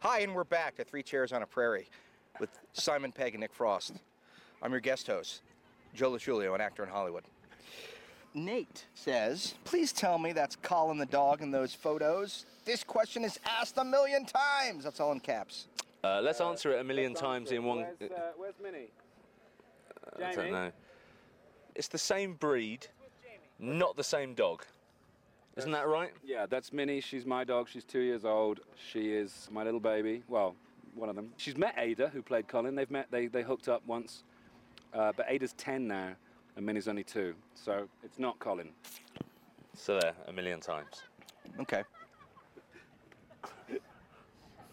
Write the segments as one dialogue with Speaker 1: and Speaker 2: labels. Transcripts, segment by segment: Speaker 1: Hi, and we're back to Three Chairs on a Prairie with Simon Pegg and Nick Frost. I'm your guest host, Joe LaCiulio, an actor in Hollywood. Nate says, Please tell me that's Colin the dog in those photos. This question is asked a million times. That's all in caps.
Speaker 2: Uh, let's answer it a million times in one. Uh,
Speaker 3: Where's, uh, where's Minnie?
Speaker 2: I don't
Speaker 3: Jamie?
Speaker 2: know. It's the same breed, not the same dog. Isn't that right?
Speaker 3: Yeah, that's Minnie. She's my dog. She's two years old. She is my little baby. Well, one of them. She's met Ada, who played Colin. They've met. They they hooked up once, uh, but Ada's ten now, and Minnie's only two. So it's not Colin.
Speaker 2: So there, a million times.
Speaker 1: Okay.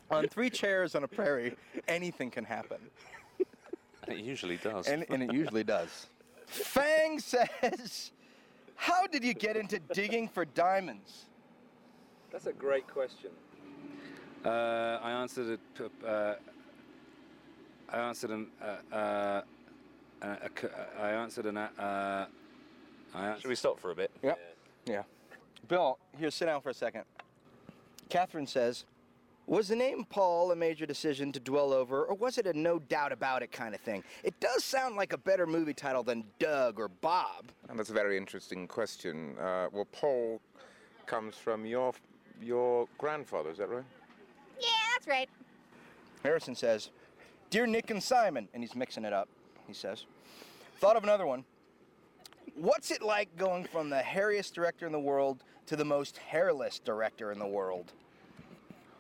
Speaker 1: on Three Chairs on a Prairie, anything can happen.
Speaker 2: And it usually does.
Speaker 1: And, and it usually does. Fang says, How did you get into digging for diamonds?
Speaker 3: That's a great question. Uh, I answered a, p- uh, I answered an. Uh, uh, a- a c- I answered an. Uh, I
Speaker 2: Should
Speaker 3: answered.
Speaker 2: we stop for a bit?
Speaker 1: Yep. Yeah. Bill, here, sit down for a second. Catherine says, was the name Paul a major decision to dwell over, or was it a no doubt about it kind of thing? It does sound like a better movie title than Doug or Bob.
Speaker 4: And that's a very interesting question. Uh, well, Paul comes from your your grandfather, is that right?
Speaker 5: Yeah, that's right.
Speaker 1: Harrison says, Dear Nick and Simon, and he's mixing it up, he says, Thought of another one. What's it like going from the hairiest director in the world to the most hairless director in the world?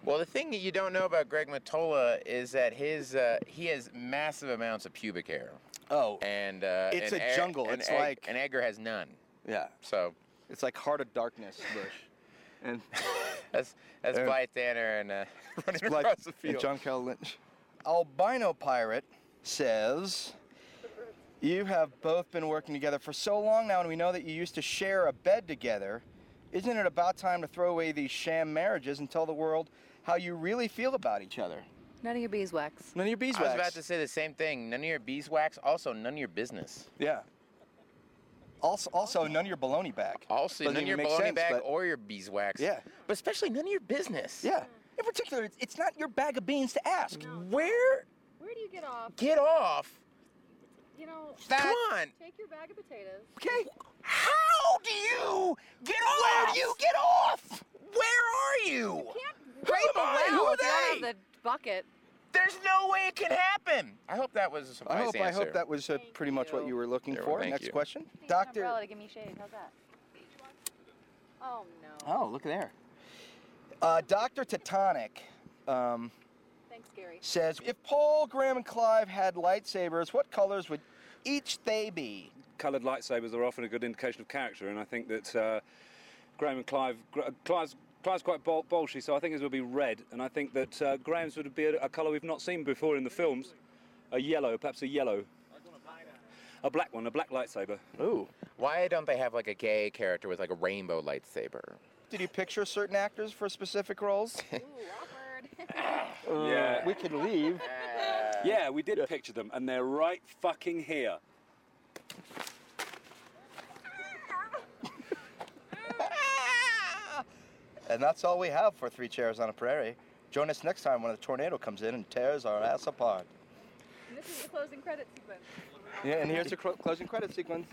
Speaker 6: Well, the thing that you don't know about Greg Matola is that his uh, he has massive amounts of pubic hair,
Speaker 1: Oh,
Speaker 6: and uh,
Speaker 1: It's
Speaker 6: and
Speaker 1: a
Speaker 6: Ed-
Speaker 1: jungle.
Speaker 6: and
Speaker 1: It's
Speaker 6: Ed-
Speaker 1: like-
Speaker 6: and Edgar has none.
Speaker 1: yeah.
Speaker 6: So
Speaker 1: It's like Heart of Darkness, Bush. And
Speaker 6: that's that's
Speaker 1: Yeah.
Speaker 6: Blythe Danner and uh, running
Speaker 1: Like
Speaker 6: across the field.
Speaker 1: John Carroll Lynch. Albino Pirate says, You have both been working together for so long now, and we know that you used to share a bed together. Isn't it about time to throw away these sham marriages and tell the world how you really feel about each other?
Speaker 7: None of your beeswax.
Speaker 1: None of your beeswax.
Speaker 6: I was about to say the same thing. None of your beeswax. Also, none of your business.
Speaker 1: Yeah. Also, also, none of your baloney back.
Speaker 6: Also,
Speaker 1: Doesn't
Speaker 6: none
Speaker 1: even
Speaker 6: of your
Speaker 1: make
Speaker 6: baloney
Speaker 1: sense,
Speaker 6: bag
Speaker 1: but-
Speaker 6: or your beeswax.
Speaker 1: Yeah.
Speaker 6: But especially none of your business.
Speaker 1: Yeah. In particular, it's, it's not your bag of beans to ask.
Speaker 6: Where?
Speaker 8: Where do you get off?
Speaker 6: Get off.
Speaker 8: You know,
Speaker 6: Come on.
Speaker 8: take your bag of potatoes.
Speaker 1: Okay.
Speaker 6: How do you get off? Where do you get off? Where are you?
Speaker 7: Break
Speaker 6: Who
Speaker 7: the
Speaker 6: am I?
Speaker 7: well
Speaker 6: Who are
Speaker 7: if you're out of
Speaker 6: they?
Speaker 7: the bucket.
Speaker 6: There's no way it can happen. I hope that was a surprise
Speaker 1: I hope I
Speaker 6: answer.
Speaker 1: hope that was uh,
Speaker 8: Thank
Speaker 1: pretty much what
Speaker 8: you.
Speaker 1: you were looking
Speaker 6: Yeah, well,
Speaker 1: for.
Speaker 6: thank
Speaker 1: Next
Speaker 6: you.
Speaker 1: question,
Speaker 8: Need an
Speaker 1: Doctor.
Speaker 8: umbrella to give me shade. How's that? Oh no.
Speaker 1: Oh, look there. Uh, Doctor Titanic um,
Speaker 8: Thanks, Gary.
Speaker 1: says, if Paul, Graham, and Clive had lightsabers, what colors would each they be?
Speaker 3: coloured lightsabers are often a good indication of character, and I think that uh, Graham and Clive, Gr- Clive's, Clive's quite bol- bolshy, so I think his would be red, and I think that uh, Graham's would be a, a colour we've not seen before in the films, a yellow, perhaps a yellow, a black one, a black lightsaber.
Speaker 1: Ooh.
Speaker 6: Why don't they have like a gay character with like a rainbow lightsaber?
Speaker 1: Did you picture certain actors for specific roles?
Speaker 8: Ooh, awkward.
Speaker 3: yeah,
Speaker 1: we could leave.
Speaker 3: yeah, we did picture them, and they're right fucking here.
Speaker 1: And that's all we have for Three Chairs on a Prairie. Join us next time when the tornado comes in and tears our ass apart.
Speaker 8: this is the closing credit sequence.
Speaker 1: Yeah, and here's the cro- closing credit sequence.